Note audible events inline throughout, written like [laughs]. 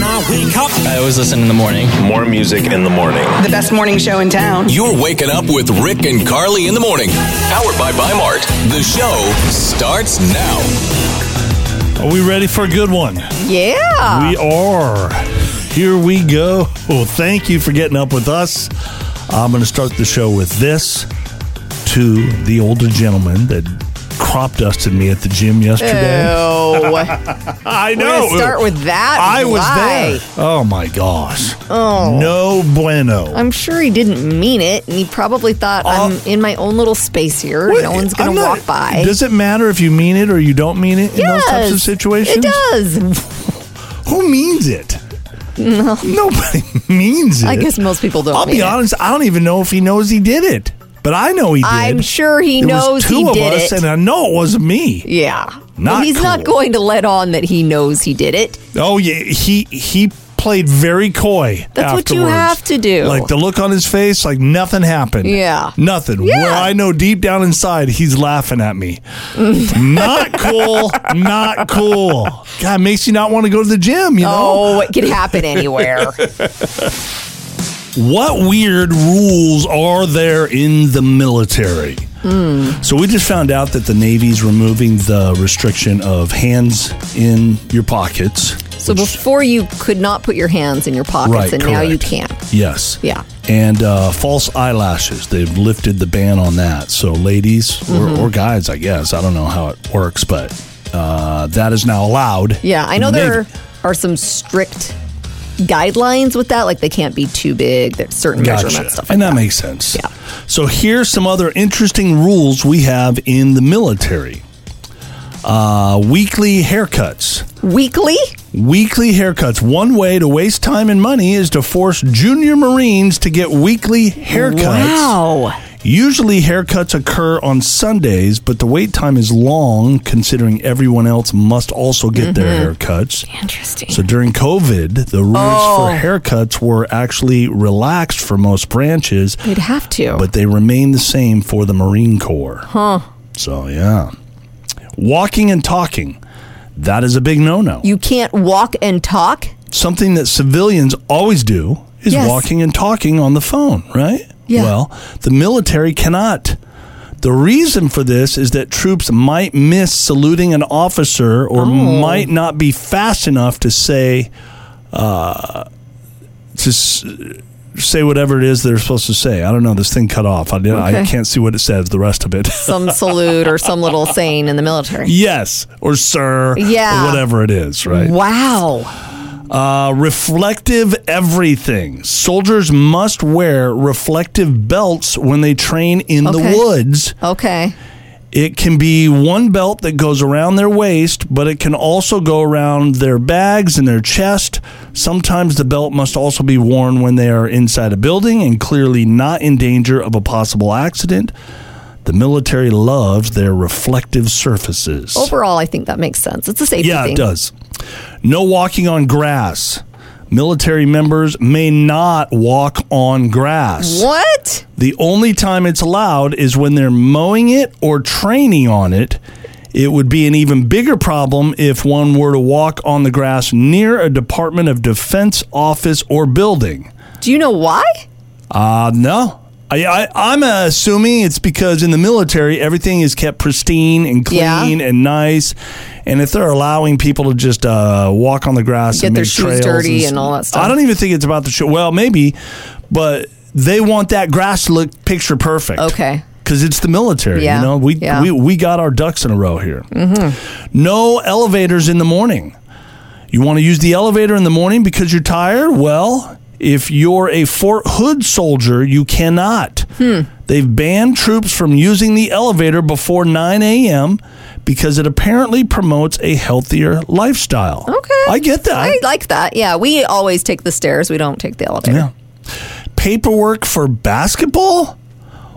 my wake up. I always listen in the morning. More music in the morning. The best morning show in town. You're waking up with Rick and Carly in the morning. Powered by Bimart. The show starts now. Are we ready for a good one? Yeah. We are. Here we go. Well, thank you for getting up with us. I'm going to start the show with this to the older gentleman that crop dusted me at the gym yesterday. Oh, [laughs] we're [laughs] I know. gonna start with that. I was Why? there. Oh my gosh. Oh. No bueno. I'm sure he didn't mean it, and he probably thought I'm in my own little space here. What- no one's gonna Uh, I'm not- walk by. Does it matter if you mean it or you don't mean it in those types of Yes, situations? It [laughs] does. Who means it? No. Nobody [laughs] means it. I guess most people don't. I'll mean be it. honest. I don't even know if he knows he did it, but I know he did. I'm sure he There knows was two he of did us, it. and I know it wasn't me. Yeah. Not But he's not cool. going to let on that he knows he did it. Oh yeah, he he played very coy. That's what you afterwards. have to do. Like the look on his face, like nothing happened. Yeah. nothing. Yeah. Where I know deep down inside, he's laughing at [laughs] me. not cool. Not cool. God makes you not want to go to the gym. You know. Oh, it could happen anywhere. [laughs] what weird rules are there in the military? So we just found out that the Navy's removing the restriction of hands in your pockets. so before you could not put your hands in your pockets, Right, and now you can. correct. Yes. Yeah. And uh, false eyelashes. They've lifted the ban on that. So ladies Mm-hmm. or, or guys, I guess. I don't know how it works, but uh, that is now allowed. Yeah, I in know the there Navy. are some strict guidelines with that. Like they can't be too big. There's certain measurements stuff. and that, makes sense. Yeah. So here's some other interesting rules we have in the military. Uh, weekly haircuts. Weekly. Weekly haircuts. One way to waste time and money is to force junior Marines to get weekly haircuts. Wow. Usually, haircuts occur on Sundays, but the wait time is long considering everyone else must also get their Mm-hmm. haircuts. Interesting. So during COVID, the rules Oh. for haircuts were actually relaxed for most branches, You'd have to. but they remain the same for the Marine Corps. Huh. So, yeah. Walking and talking. That is a big no no. you can't walk and talk. Something that civilians always do is Yes. walking and talking on the phone, right? Yeah. Well, the military cannot. The reason for this is that troops might miss saluting an officer Oh. or might not be fast enough to say, uh, to s- say whatever it is they're supposed to say. I don't know. This thing cut off. I, didn't, I Okay. can't see what it says, the rest of it. [laughs] Some salute or some little saying in the military. yes, or sir, Yeah. or whatever it is, right? Wow. Uh, reflective everything. Soldiers must wear reflective belts when they train in Okay. the woods. Okay. It can be one belt that goes around their waist, but it can also go around their bags and their chest. Sometimes the belt must also be worn when they are inside a building and clearly not in danger of a possible accident. The military loves their reflective surfaces. Overall, I think that makes sense. It's a safety Yeah, thing. it does. No walking on grass. Military members may not walk on grass. What? The only time it's allowed is when they're mowing it or training on it. It would be an even bigger problem if one were to walk on the grass near a Department of Defense office or building. Do you know why? Uh, no. I, I, I'm uh, assuming it's because in the military, everything is kept pristine and Yeah. clean and nice. And if they're allowing people to just uh, walk on the grass Get and their make shoes trails dirty s- and all that stuff. I don't even think it's about the shoe. Well, maybe, but they want that grass to look picture perfect. Okay. Because it's the military, Yeah. you know. We, Yeah. we we got our ducks in a row here. Mm-hmm. No elevators in the morning. You want to use the elevator in the morning because you're tired? Well, if you're a Fort Hood soldier, you cannot. They've banned troops from using the elevator before 9 a.m. because it apparently promotes a healthier lifestyle. Okay. I get that. I like that. Yeah, we always take the stairs. We don't take the elevator. Yeah. Paperwork for basketball?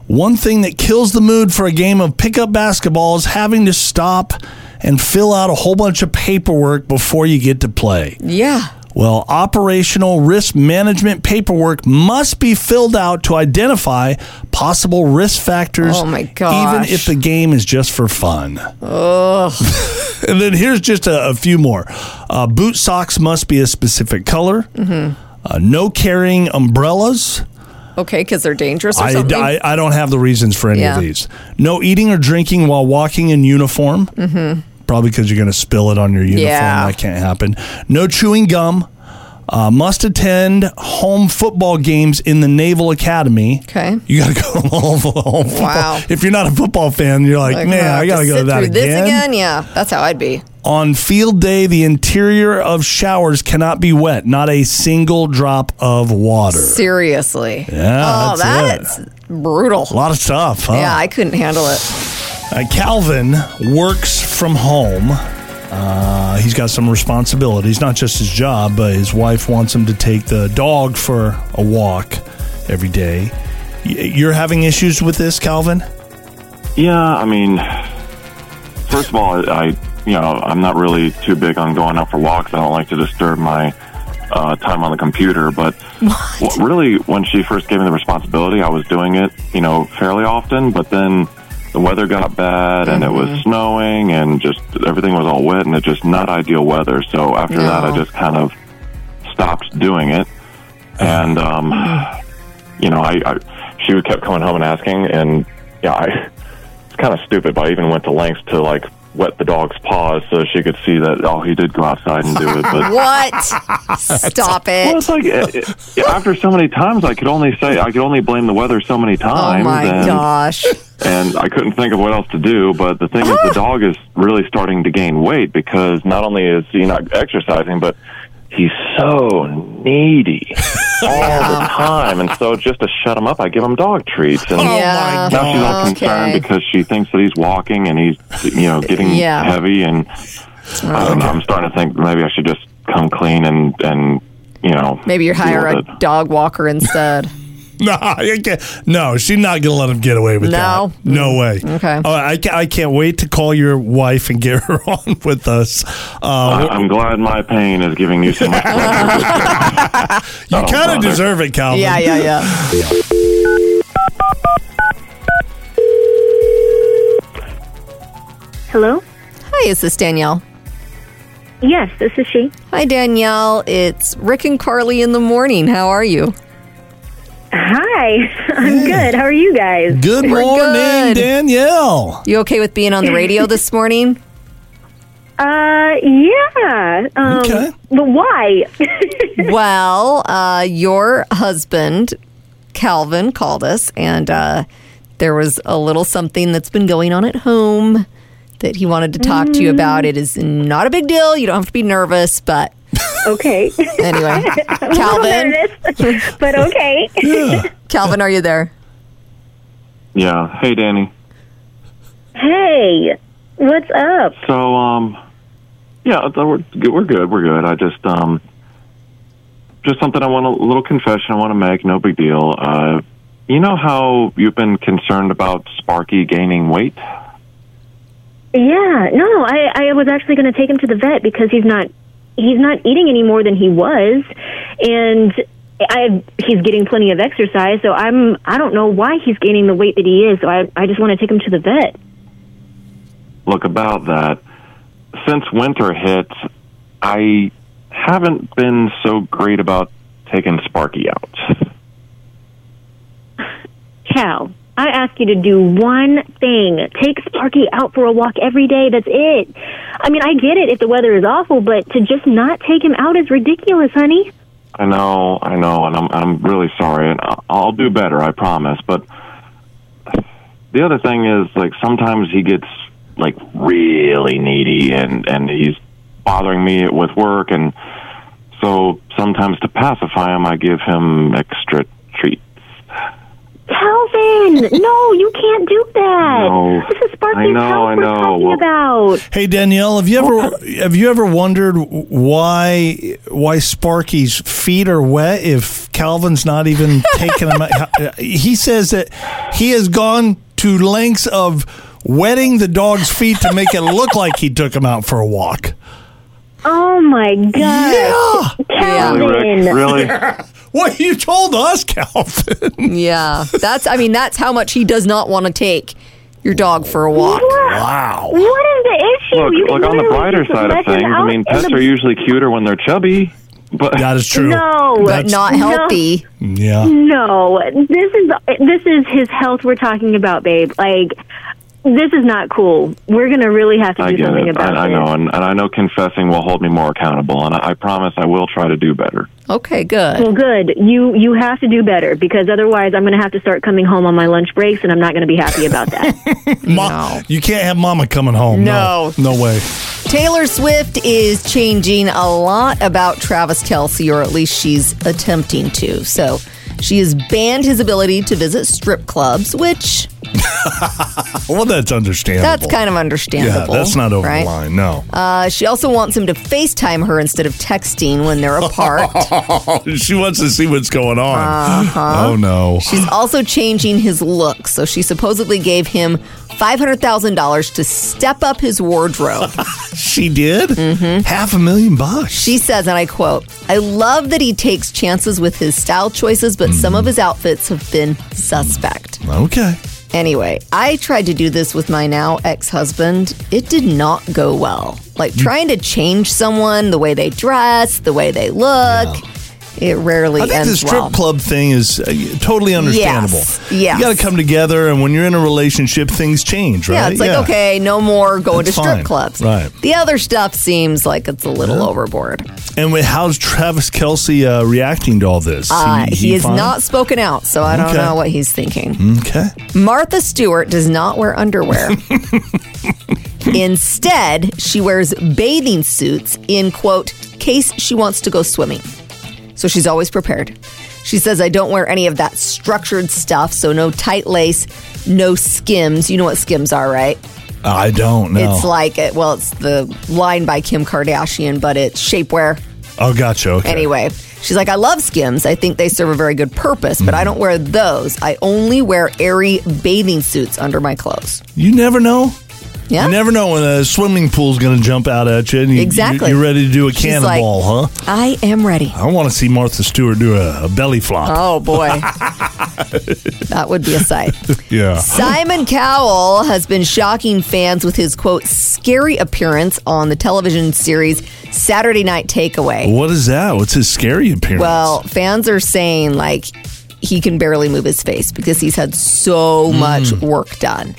One thing that kills the mood for a game of pickup basketball is having to stop and fill out a whole bunch of paperwork before you get to play. Yeah. Well, operational risk management paperwork must be filled out to identify possible risk factors. Oh, my gosh. Even if the game is just for fun. [laughs] and then here's just a, a few more. Uh, boot socks must be a specific color. Mm-hmm. Uh, no carrying umbrellas. Okay, because they're dangerous or I, something. I, I don't have the reasons for any Yeah. of these. No eating or drinking while walking in uniform. Mm-hmm. Probably because you're going to spill it on your uniform. Yeah. That can't happen. No chewing gum. Uh, must attend home football games in the Naval Academy. Okay. You got to go [laughs] to home, home football. Wow. If you're not a football fan, you're like, Like, man, oh, I have got to go to sit that through This again, yeah, that's how I'd be. on field day, the interior of showers cannot be wet, not a single drop of water. Seriously. Yeah, oh, that's that's brutal. A lot of stuff, huh? Yeah, I couldn't handle it. Uh, Calvin works from home. Uh, he's got some responsibilities, not just his job, but his wife wants him to take the dog for a walk every day. Y- You're having issues with this, Calvin? [laughs] Yeah, I mean, first of all, I you know I'm not really too big on going out for walks. I don't like to disturb my uh, time on the computer. But w- really, when she first gave me the responsibility, I was doing it you know fairly often. But then the weather got bad and it was snowing and just everything was all wet and it's just not ideal weather. So after that, No. I just kind of stopped doing it. And um, you know, I, I she kept coming home and asking, and yeah, I, it's kind of stupid, but I even went to lengths to like wet the dog's paws so she could see that oh he did go outside and do it. But well, [laughs] What? Stop it. it's like it, it- yeah, after so many times, I could only say I could only blame the weather so many Oh times, my and gosh. and I couldn't think of what else to do. But the thing is, the dog is really starting to gain weight because not only is he not exercising, but he's so needy [laughs] all the time. And so, just to shut him up, I give him dog treats. And Oh Yeah. now she's all concerned Oh, Okay. because she thinks that he's walking and he's you know getting Yeah. heavy. And I don't know. I'm starting to think maybe I should just come clean and and you know Maybe you deal hire with a it. dog walker [laughs] instead. No, I can't. No, she's not going to let him get away with No? that. No way. Okay. Oh, I, ca- I can't wait to call your wife and get [laughs] her on with us. Uh, I- I'm glad my pain is giving [laughs] you so much. pleasure. you oh, kind of bother. deserve it, Calvin. yeah, yeah, yeah. Hello? Hi, is this Danielle? Yes, this is she. Hi, Danielle. It's Rick and Carly in the morning. How are you? Hi, [laughs] I'm good. How are you guys? Good morning, good. Danielle. You okay with being on the radio this morning? Uh, yeah. Um, Okay. But why? [laughs] well, uh, your husband, Calvin, called us, and uh, there was a little something that's been going on at home that he wanted to talk Mm. to you about. It is not a big deal. You don't have to be nervous, but okay. [laughs] anyway, I'm Calvin, nervous, [laughs] but okay. Calvin, are you there? yeah. Hey, Danny. hey, what's up? So, um, yeah, th- we're good. We're good. We're good. I just, um, just something I want a little confession I want to make. No big deal. Uh, you know how you've been concerned about Sparky gaining weight? Yeah, no, I, I was actually going to take him to the vet because he's not he's not eating any more than he was, and I he's getting plenty of exercise. So I'm I don't know why he's gaining the weight that he is. So I I just want to take him to the vet. Look about that. Since winter hit, I haven't been so great about taking Sparky out. Cal, I ask you to do one thing. Take Sparky out for a walk every day. That's it. I mean, I get it if the weather is awful, but to just not take him out is ridiculous, honey. I know, I know, and I'm I'm really sorry, and I- I'll do better, I promise. But the other thing is, like, sometimes he gets like really needy, and and he's bothering me with work, and so sometimes to pacify him, I give him extra treats. [laughs] Calvin, no, you can't do that. No. This is I Sparky's know, house I we're know. talking Well- about. Hey Danielle, have you ever have you ever wondered why why Sparky's feet are wet if Calvin's not even taking them? out? He says that he has gone to lengths of wetting the dog's feet to make it look like he took him out for a walk. Oh my gosh. Yeah. Cal, in. [laughs] Really? What you told us, Calvin? Yeah, that's. I mean, that's how much he does not want to take your dog for a walk. Wow. What is the issue? Look, You can look on the literally brighter just side of let them things. I out mean, in pets the- are usually cuter when they're chubby, but That is true. No, But That's- not No. healthy. Yeah. No, this is this is his health we're talking about, babe. Like, this is not cool. We're gonna really have [laughs] to I do get something it. about I, I this. know, and, and I know confessing will hold me more accountable, and I, I promise I will try to do better. Okay, good. Well, good. You you have to do better because otherwise, I'm gonna have to start coming home on my lunch breaks, and I'm not gonna be happy [laughs] about that. Ma- No. You can't have mama coming home. No, no way. Taylor Swift is changing a lot about Travis Kelsey, or at least she's attempting to. So she has banned his ability to visit strip clubs, which Well, that's understandable. that's kind of Yeah, understandable. that's not over right? the line. No. Uh, she also wants him to FaceTime her instead of texting when they're [laughs] apart. she wants to see what's going on. Uh-huh. Oh no. She's also changing his look. So she supposedly gave him $500,000 to step up his wardrobe. She did? Half a million bucks. Mm-hmm. She says, and I quote, I love that he takes chances with his style choices, but some Mm-hmm. of his outfits have been suspect. Okay. Anyway, I tried to do this with my now ex husband. It did not go well. Like Mm. trying to change someone, the way they dress, the way they look, it rarely I think ends the strip well. club thing is uh, totally understandable. Yes, yes. You got to come together, and when you're in a relationship, things change, right? Yeah, it's like, okay, no more going That's to strip fine. clubs. Right. The other stuff seems like it's a little overboard. And wait, how's Travis Kelsey uh, reacting to all this? Uh, he is fine? not spoken out, so I don't Okay. know what he's thinking. Okay. Martha Stewart does not wear underwear. Instead, she wears bathing suits in, quote, case she wants to go swimming. So she's always prepared. She says, I don't wear any of that structured stuff, so no tight lace, no skims. You know what skims are, right? I don't know. It's like, it, well, it's the line by Kim Kardashian, but it's shapewear. oh, gotcha. Okay. Anyway, she's like, I love skims. I think they serve a very good purpose, but I don't wear those. I only wear airy bathing suits under my clothes. you never know. Yeah. You never know when a swimming pool's going to jump out at you, and you, Exactly. you, are ready to do a She's cannonball, huh? I am ready. I want to see Martha Stewart do a, a belly flop. Oh [laughs] boy. that would be a sight. yeah. Simon Cowell has been shocking fans with his quote scary appearance on the television series Saturday Night Takeaway. What is that? What's his scary appearance? Well, fans are saying like he can barely move his face because he's had so Hmm. much work done.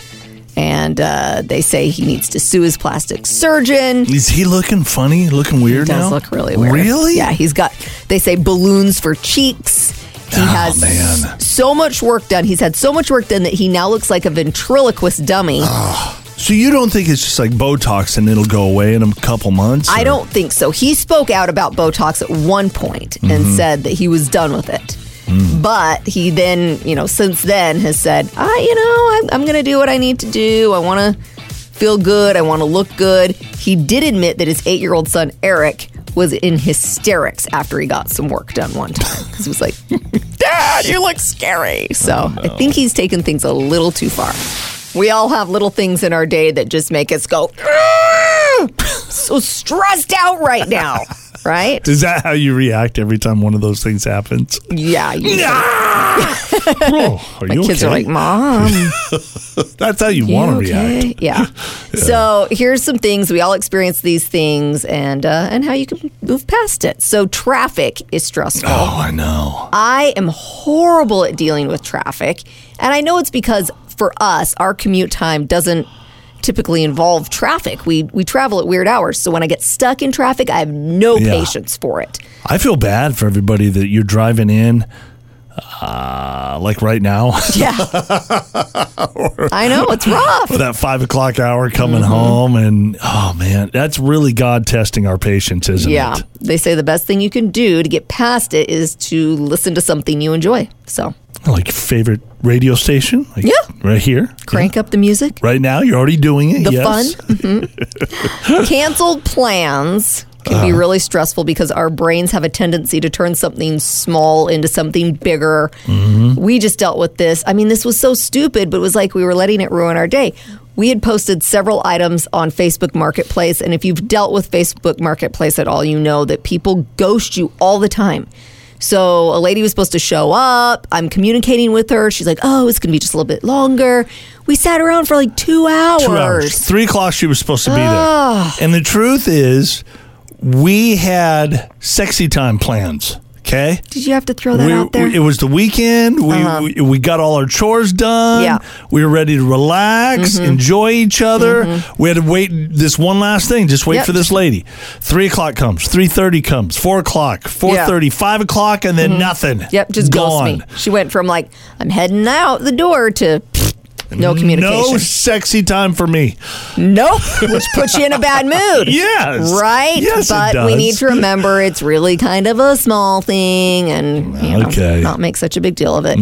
And uh, they say he needs to sue his plastic surgeon. Is he looking funny? Looking weird does now? look really weird. Really? Yeah, he's got. They say balloons for cheeks. He has Oh, man. so much work done. He's had so much work done that he now looks like a ventriloquist dummy. Oh, So you don't think it's just like Botox and it'll go away in a couple months? I or- don't think so. He spoke out about Botox at one point and Mm-hmm. said that he was done with it. Mm. But he then, you know, since then has said, I, you know, I'm, I'm going to do what I need to do. I want to feel good. I want to look good. He did admit that his eight year old son, Eric, was in hysterics after he got some work done one time [laughs] because he was like, Dad, you look scary. So Oh, I think he's taken things a little too far. We all have little things in our day that just make us go, "Ah!" so stressed out right now, [laughs] right? Is that how you react every time one of those [laughs] things happens? Yeah. You, Oh, are you Kids okay? are like, Mom. That's how you, want to react. [laughs] Yeah. So here's some things we all experience these things, and uh, and how you can move past it. So traffic is stressful. Oh, I know. I am horrible at dealing with traffic, and I know it's because for us, our commute time doesn't typically involve traffic. We we travel at weird hours, so when I get stuck in traffic, I have no Yeah. patience for it. I feel bad for everybody that you're driving in, uh, like right now, [laughs] Yeah, I know it's rough. for that five o'clock hour coming Mm-hmm. home, and oh man, that's really God testing our patience, isn't Yeah. it? They say the best thing you can do to get past it is to listen to something you enjoy. So Like your favorite radio station, like Yeah. right here, crank up the music. right now. You're already doing it. The yes. fun. hmm Canceled plans can be really stressful because our brains have a tendency to turn something small into something bigger. We just dealt with this. I mean, this was so stupid, but it was like we were letting it ruin our day. We had posted several items on Facebook Marketplace. And if you've dealt with Facebook Marketplace at all, you know that people ghost you all the time. So a lady was supposed to show up. I'm communicating with her. She's like, oh, it's going to be just a little bit longer. We sat around for like two hours. Two hours. Three o'clock, she was supposed to be Ah. there. And the truth is, we had sexy time plans. Okay. Did you have to throw that we, out there? Uh-huh. It was the weekend. We, we we got all our chores done. Yeah. Mm-hmm. We were ready to relax, enjoy each other. We had to wait this one last thing. Just wait Yep. for this lady. Three o'clock comes. Three thirty comes. Four o'clock. Four thirty. Five o'clock, and then nothing. Mm-hmm. Yep, just ghost gone. me. She went from like I'm heading out the door to pfft, no No communication. sexy time for me. nope, which puts you in a bad mood. [laughs] Yes. Right? Yes, it but we does. need to remember it's really kind of a small thing and you know, Okay. Mm-hmm. not make such a big deal of it.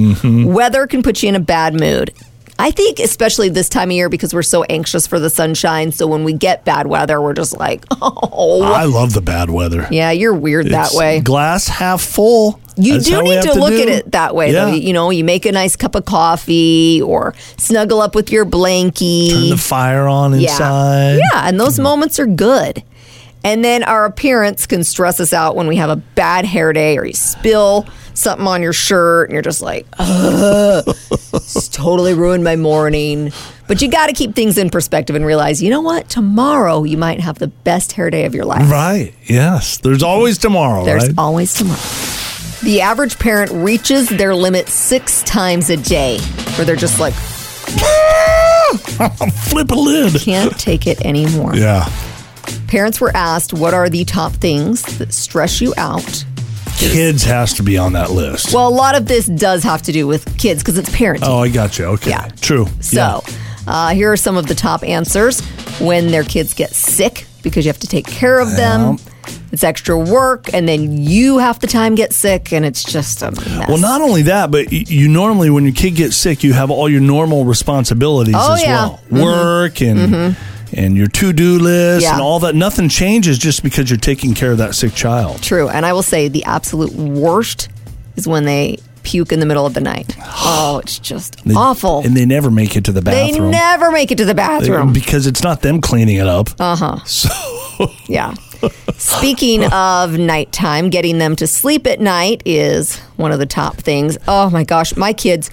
Weather can put you in a bad mood. I think, especially this time of year, because we're so anxious for the sunshine. So when we get bad weather, we're just like, [laughs] oh, I love the bad weather. yeah, you're weird that It's way. Glass half full. You That's do how we need have to look do. at it that way, though. Yeah. You, you know, you make a nice cup of coffee or snuggle up with your blankie. Turn the fire on yeah. inside. Yeah, and those moments are good. And then our appearance can stress us out when we have a bad hair day or you spill something on your shirt and you're just like, ugh, it's totally ruined my morning. But you got to keep things in perspective and realize, you know what? Tomorrow you might have the best hair day of your life. Right. Yes. There's always tomorrow. There's right? always tomorrow. The average parent reaches their limit six times a day, where they're just like, Flip a lid. can't take it anymore. Yeah. Parents were asked, what are the top things that stress you out? Kids has to be on that list. Well, a lot of this does have to do with kids because it's parenting. oh, I got you. Okay. Yeah. True. So, uh, here are some of the top answers when their kids get sick because you have to take care of them. It's extra work, and then you half the time get sick, and it's just a mess. Well, not only that, but y- you normally, when your kid gets sick, you have all your normal responsibilities Oh, as yeah. Mm-hmm. well work and. And your to do list Yeah. and all that, nothing changes just because you're taking care of that sick child. True. And I will say the absolute worst is when they puke in the middle of the [sighs] night. Oh, it's just They- awful. And they never make it to the They bathroom. never Uh-huh. make it to the bathroom. because it's not them cleaning it up. Uh huh. So [laughs] yeah. Speaking of nighttime, getting them to sleep at night is one of the top things. Oh my gosh, my kids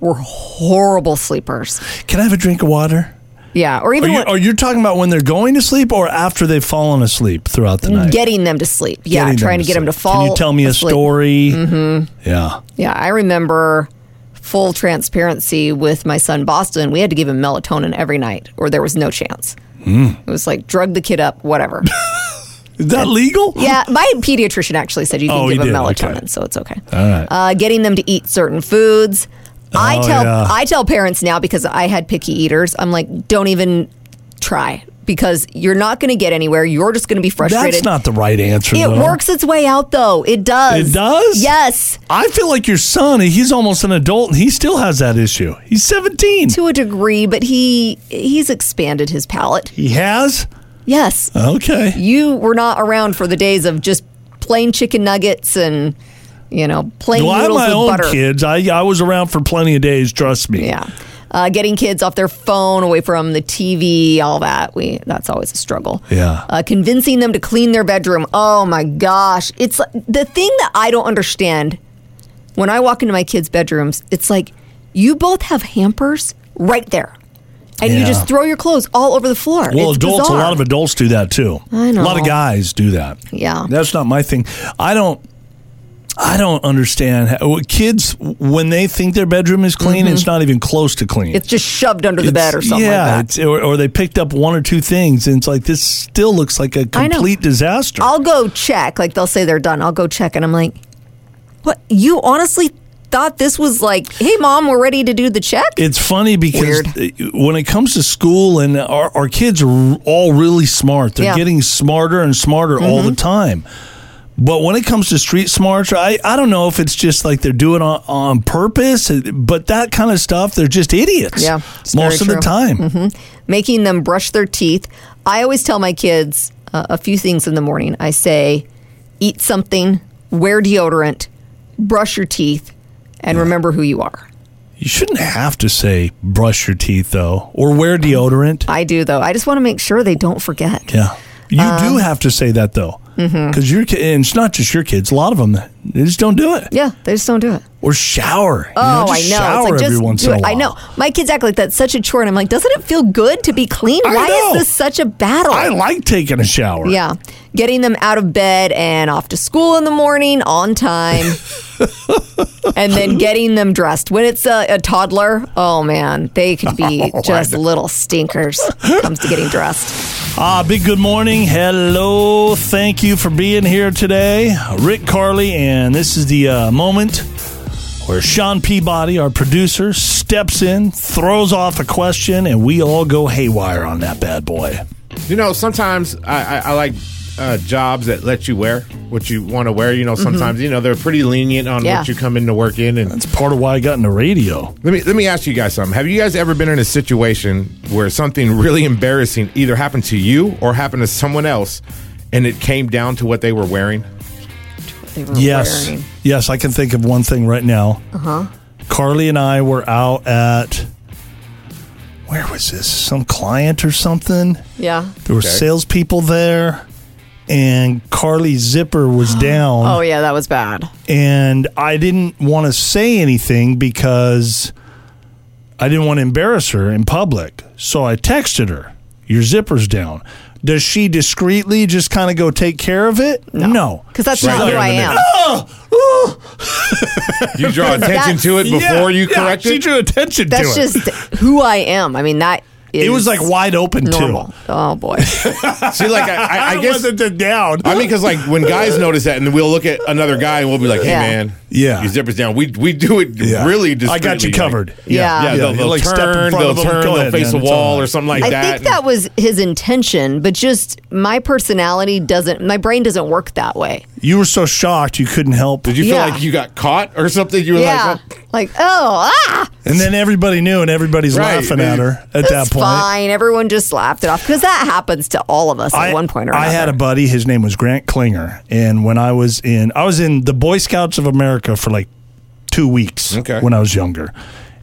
were horrible sleepers. can I have a drink of water? Yeah. Or Are even you, when- are you talking about when they're going to sleep or after they've fallen asleep throughout the night? getting them to sleep. Mm, Yeah. Getting trying to get them to sleep. Can fall. you tell me a asleep. story? Mm-hmm. Yeah. Yeah, I remember full transparency with my son Boston. We had to give him melatonin every night, or there was no chance. Hmm. It was like drug the kid up, [laughs] whatever. Is that legal? yeah, my pediatrician actually said you can Oh, give he him did, melatonin, okay. so it's okay. All right. Uh, getting them to eat certain foods. I Oh, tell yeah. I tell parents now because I had picky eaters. I'm like, don't even try because you're not going to get anywhere. You're just going to be frustrated. That's not the right answer. it though. works its way out though. It does. It does? Yes. I feel like your son, he's almost an adult and he still has that issue. He's 17. to a degree, but he he's expanded his palate. He has? Yes, Okay. you were not around for the days of just plain chicken nuggets and you know plain Well, I have noodles my with own butter. kids. I, I was around for plenty of days, trust me. Yeah, uh, getting kids off their phone, away from the TV, all that we that's always a struggle. Yeah. uh, convincing them to clean their bedroom. Oh my gosh, it's like- the thing that I don't understand. When I walk into my kids' bedrooms, it's like you both have hampers right there. And you Yeah. just throw your clothes all over the floor. Well, It's adults, bizarre. a lot of adults do that too. I know. A lot of guys do that. Yeah. That's not my thing. I don't. I don't understand. How, kids, when they think their bedroom is clean, it's not even close to clean. Mm-hmm. It's just shoved under the It's- bed or something yeah, like that. it's- or, or they picked up one or two things, and it's like this still looks like a I know. complete disaster. I'll go check. Like they'll say they're done. I'll go check, and I'm like, "What? You honestly thought this was like, hey, mom, we're ready to do the check?" It's funny because Weird. when it comes to school, and our, our kids are all really smart. They're Yeah. Mm-hmm. getting smarter and smarter all the time. But when it comes to street smarts, I, I don't know if it's just like they're doing on, on purpose, but that kind of stuff, they're just idiots. Yeah, it's very most of true. Mm-hmm. the time. Making them brush their teeth. I always tell my kids uh, a few things in the morning. I say, "Eat something, wear deodorant, brush your teeth, and remember who you are." You shouldn't have to say brush your teeth though, or wear deodorant. I do though. I just want to make sure they don't forget. Yeah, you do Um, have to say that though, because mm-hmm. your ki- and it's not just your kids. A lot of them they just don't do it. Yeah, they just don't do it. Or shower. You Oh, I just know. Shower it's like every just once do in a it. while. I know. My kids act like that's such a chore, and I'm like, doesn't it feel good to be clean? I Why know. is this such a battle? I like taking a shower. yeah, getting them out of bed and off to school in the morning on [laughs] time, and then getting them dressed. When it's a, a toddler, oh man, they could [laughs] be just little stinkers when it comes to getting dressed. Ah, big good morning. Hello. Thank you for being here today. Rick Carly, and this is the uh, moment where Sean Peabody, our producer, steps in, throws off a question, and we all go haywire on that bad boy. You know, sometimes I, I, I like uh, jobs that let you wear what you want to wear. You Mm-hmm. know, sometimes you know they're pretty lenient on Yeah. what you come in to work in. And It's part of why I got into radio. let me let me ask you guys something. Have you guys ever been in a situation where something really embarrassing either happened to you or happened to someone else, and it came down to what they were wearing? They were Yes. wearing- Yes, I can think of one thing right now. Uh-huh. Carly and I were out at where was this? Some client or something? Yeah. There were Okay. salespeople there, and Carly's [gasps] zipper was down. Oh yeah, that was bad. And I didn't want to say anything because I didn't want to embarrass her in public. So I texted her, Your zipper's down. Does she discreetly just kind of go take care of it? No. Because that's She's not like, who I [laughs] am. You draw attention That's- to it before "Yeah, you yeah." correct She it. drew attention That's to it. just who I am. I mean, that is It was like wide open, normal. too. Oh boy. [laughs] See, like I, I, I It guess wasn't the down. I mean, because like when guys notice that, and then we'll look at another guy and we'll be like, "Hey, Yeah. man, Yeah. your zipper's down." We we do it Yeah. really. I got you discreetly, like- covered. Yeah. Yeah, they'll, you, they'll like, turn, step in front they'll of them, turn, go they'll ahead, face man, a it's wall on. or something like I that. think that was his intention, but just my personality doesn't. My brain doesn't work that way. You were so shocked you couldn't help. Did you Yeah. feel like you got caught or something? You were yeah. like, Like, oh, ah, And then everybody knew, and everybody's Right. laughing at her at that's that point. fine. Everyone just laughed it off because that happens to all of us at one point or I another. had a buddy. His name was Grant Klinger, and when I was in, I was in the Boy Scouts of America for like two weeks Okay. when I was younger.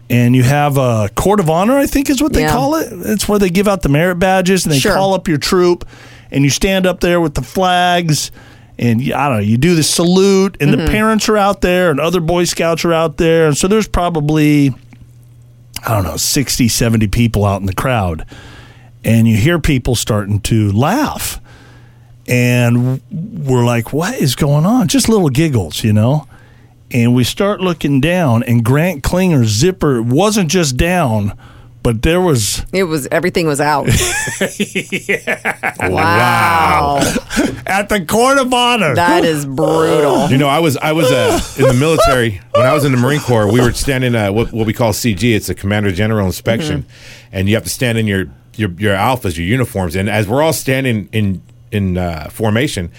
And you have a court of honor, I think is what they Yeah. call it. It's where they give out the merit badges and they Sure. call up your troop, and you stand up there with the flags. And you- I don't know, you do the salute, and the parents are out there, and other Boy Scouts are out there. And so there's probably, I don't know, 60, 70 people out in the crowd and you hear people starting to laugh. And we're like, what is going on? Just little giggles, you know? And we start looking down, and Grant Klinger's zipper wasn't just down, but there was it was everything was [laughs] out. "Oh, Wow, at the court of honor. that is [laughs] brutal. You know, I was I was uh, in the military when I was in the Marine Corps. We were standing uh, what, what we call CG. It's a Commander General Inspection, Mm-hmm. and you have to stand in your your your alphas, your uniforms. And as we're all standing in in uh, formation,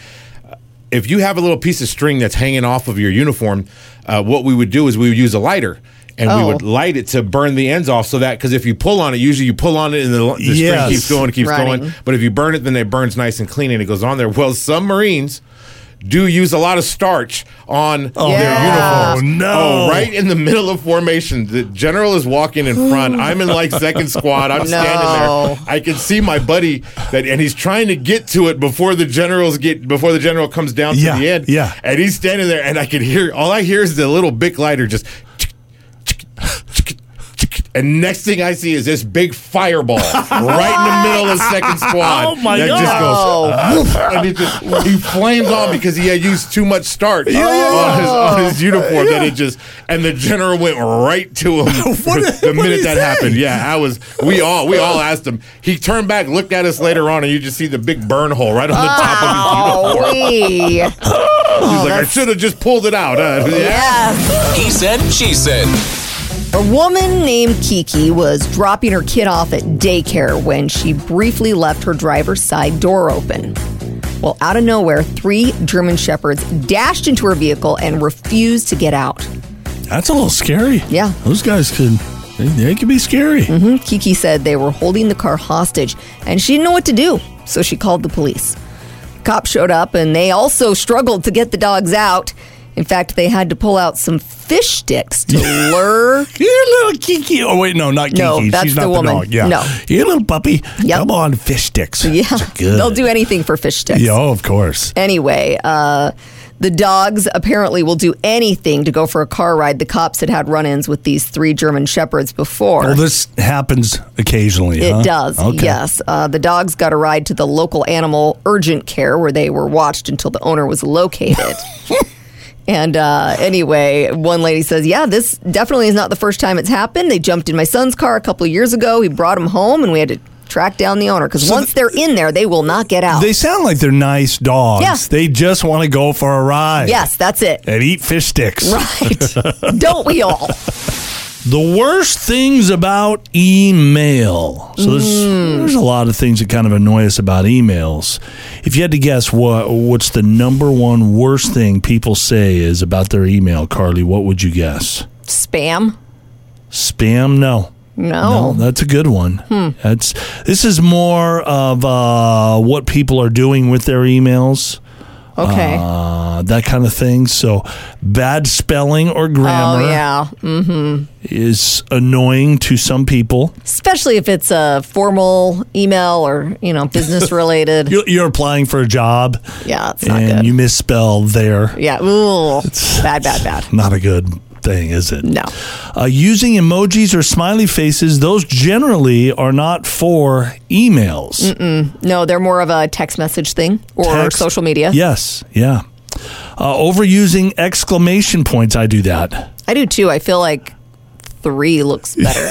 uh, if you have a little piece of string that's hanging off of your uniform, uh, what we would do is we would use a lighter. And Oh. we would light it to burn the ends off, so that because if you pull on it, usually you pull on it and the, the Yes. string keeps going, keeps Running. going. But if you burn it, then it burns nice and clean and it goes on there. Well, some Marines do use a lot of starch on their yeah. uniforms. Oh, no. Oh, right in the middle of formation. The general is walking in front. I'm in like second squad. I'm No. standing there. I can see my buddy that and he's trying to get to it before the generals get before the general comes down Yeah, to the end. yeah. And he's standing there and I can hear all I hear is the little bic lighter just and next thing I see is this big fireball right in the middle of second squad. [laughs] Oh, my that Just God. goes, Oh, [laughs] and he just he flames on because he had used too much starch on, his, on his uniform that he just and the general went right to [laughs] him What did- the what did minute he that say? happened. Yeah, I was we all we all asked him. He turned back, looked at us later on, and you just see the big burn hole right on the Oh. top of his uniform. wee. He's like, I should have just pulled it out. Uh, yeah. Yes. He said, she said. A woman named Kiki was dropping her kid off at daycare when she briefly left her driver's side door open. Well, out of nowhere, three German shepherds dashed into her vehicle and refused to get out. That's a little scary. Yeah. Mm-hmm. Those guys could, they, they could be scary. Kiki said they were holding the car hostage and she didn't know what to do, so she called the police. Cops showed up and they also struggled to get the dogs out. In fact, they had to pull out some fish sticks to lure. You little Kiki. Oh, wait, no, not Kiki. No, that's She's not the the, woman. dog. Yeah. No. You little puppy. Yep. Come on, fish [laughs] sticks. Yeah, It's Good. they'll do anything for fish sticks. Yeah, oh, of course. Anyway, uh, the dogs apparently will do anything to go for a car ride. The cops had had run-ins with these three German shepherds before. Well, this happens occasionally. It huh? does, Okay. yes. Uh, the dogs got a ride to the local animal urgent care where they were watched until the owner was [laughs] located. and uh, anyway, one lady says, Yeah, this definitely is not the first time it's happened. They jumped in my son's car a couple of years ago. He brought him home and we had to track down the owner because once they're in there, they will not get out. They sound like they're nice dogs. Yeah. They just want to go for a ride. yes, that's [laughs] it. And eat fish sticks. [laughs] Right. Don't we all? The worst things about email. So there's, Mm. there's a lot of things that kind of annoy us about emails. If you had to guess what what's the number one worst thing people say is about their email, Carly, what would you guess? Spam? Spam? No. No. No, that's a good one. Hmm. That's this is more of uh, what people are doing with their emails, okay. uh, that kind of thing. So bad spelling or oh, grammar yeah. is annoying to some people. Especially if it's a formal email or, you know, business related. You're, you're applying for a job yeah, it's not and good. you misspell there. Yeah. Ooh. Bad, bad, bad. Not a good thing, is it? No. Uh, using emojis or smiley faces, those generally are not for emails. No, they're more of a text message thing or Text. social media. Yes, yeah. Uh, overusing exclamation points, I do that. I do too. I feel like three looks better. [laughs]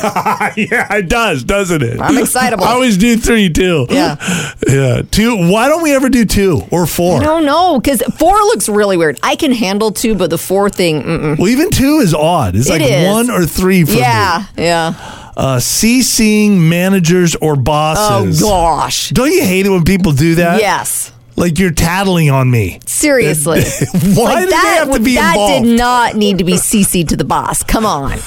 yeah, it does, doesn't it? I'm excitable. [laughs] I always do three too. Yeah. yeah, two. Why don't we ever do two or four? I don't know because four looks really weird. I can handle two, but the four thing, mm-mm. Well, even two is odd. It's It like is. one or three for me. yeah, yeah. Uh, CCing managers or Oh bosses. gosh, Don't you hate it when people do that? yes. Like you're tattling on me. Seriously, [laughs] Why Like, do they have to be that involved? did not need to be CC to the boss. Come [laughs] on,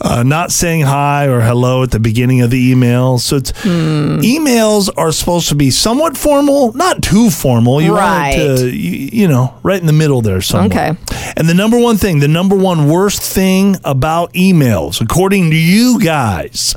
uh, not saying hi or hello at the beginning of the email. So it's Hmm. emails are supposed to be somewhat formal, not too formal. You want it to, Right. you, you know, right in the middle there somewhere. Okay. And the number one thing, the number one worst thing about emails, according to you guys,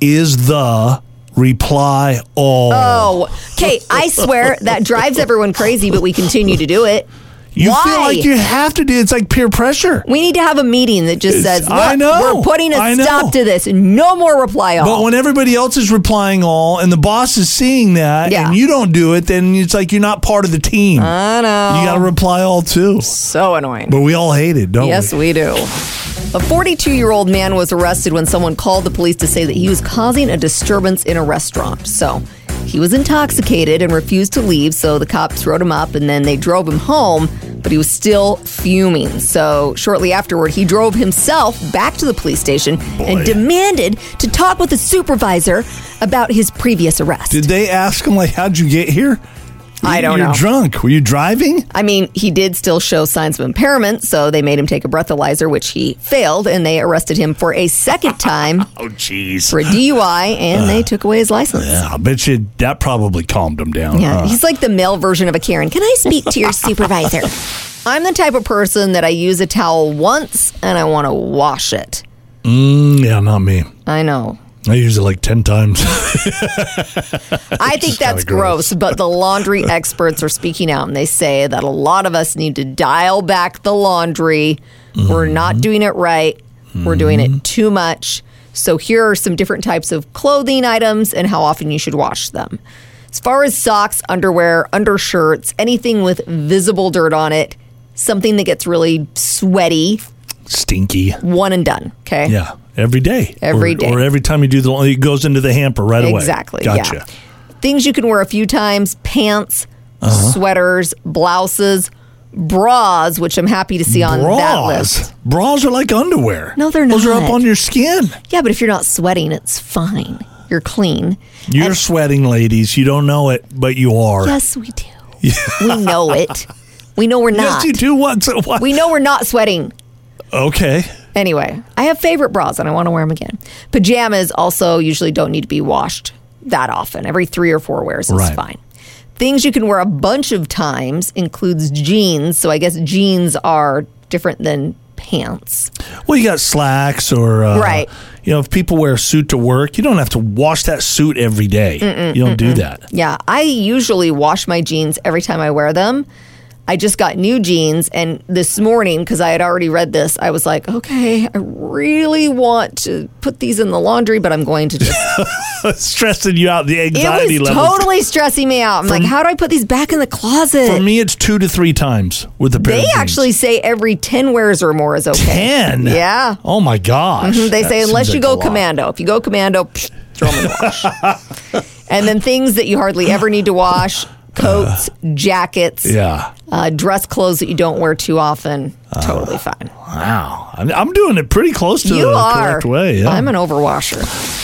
is the reply all. oh, okay. I swear that drives everyone crazy, but we continue to do it. you why? feel like you have to do it's like peer pressure. We need to have a meeting that just It's- says, Look, I know. we're putting a I know. stop to this. No more reply all. But when everybody else is replying all and the boss is seeing that Yeah. and you don't do it, then it's like you're not part of the team. I know. You got to reply all too. so annoying. But we all hate it, don't Yes, we? we do. A 42 year old man was arrested when someone called the police to say that he was causing a disturbance in a restaurant. So he was intoxicated and refused to leave, so the cops wrote him up and then they drove him home, but he was still fuming. So shortly afterward, he drove himself back to the police station and demanded to talk with a supervisor about his previous arrest. Did they ask him, like, how'd you get here? I don't You're know. drunk. Were you driving? I mean, he did still show signs of impairment, so they made him take a breathalyzer, which he failed, and they arrested him for a second time Oh, jeez. for a DUI, and they took away his license. Yeah. I bet you that probably calmed him down. huh? he's like the male version of a Karen. Can I speak to your supervisor? I'm the type of person that I use a towel once and I want to wash it. Yeah, not me. I know. I use it like 10 times. [laughs] I think that's gross, but the laundry experts are speaking out and they say that a lot of us need to dial back the laundry. We're not doing it right, we're doing it too much. So, here are some different types of clothing items and how often you should wash them. As far as socks, underwear, undershirts, anything with visible dirt on it, something that gets really sweaty, Stinky. one and done. Okay. Yeah. Every day. Mm. Every Every day. day. or, Or every time you do the, it goes into the hamper right away. Exactly, yeah. Gotcha. things you can wear a few times pants, Uh-huh. sweaters, blouses, bras, which I'm happy to see on that list. Bras. Bras are like underwear. No, they're Those are up not. on your skin. Yeah, but if you're not sweating, it's fine. You're clean. You're sweating, ladies. You don't know it, but you are. Yes, we do. We know it. We know we're [laughs] Yes, not. you do. What? So what? We know we're not sweating. okay. Anyway, I have favorite bras and I want to wear them again. Pajamas also usually don't need to be washed that often. Every three or four wears is Right. fine. Things you can wear a bunch of times includes jeans. So I guess jeans are different than pants. Well, you got slacks or uh, Right. You know, if people wear a suit to work, you don't have to wash that suit every day. you don't do that. [laughs] Yeah, I usually wash my jeans every time I wear them. I just got new jeans, and this morning, because I had already read this, I was like, okay, I really want to put these in the laundry, but I'm going to just. Stressing you out, the It anxiety was level. totally stressing me out. I'm like, how do I put these back in the closet? For me, it's two to three times with the pair. they of jeans. actually say every 10 wears or more is okay. [laughs] ten. Yeah. Mm-hmm. Oh my gosh. They That say seems unless you like a go lot. commando. If you go commando, psh, throw them in the [laughs] wash. and then things that you hardly ever need to wash: coats, jackets, Uh. Yeah. uh, dress clothes that you don't wear too often. Totally fine. Wow. I'm, I'm doing it pretty close Uh. to You the are. correct way. Yeah. I'm an overwasher.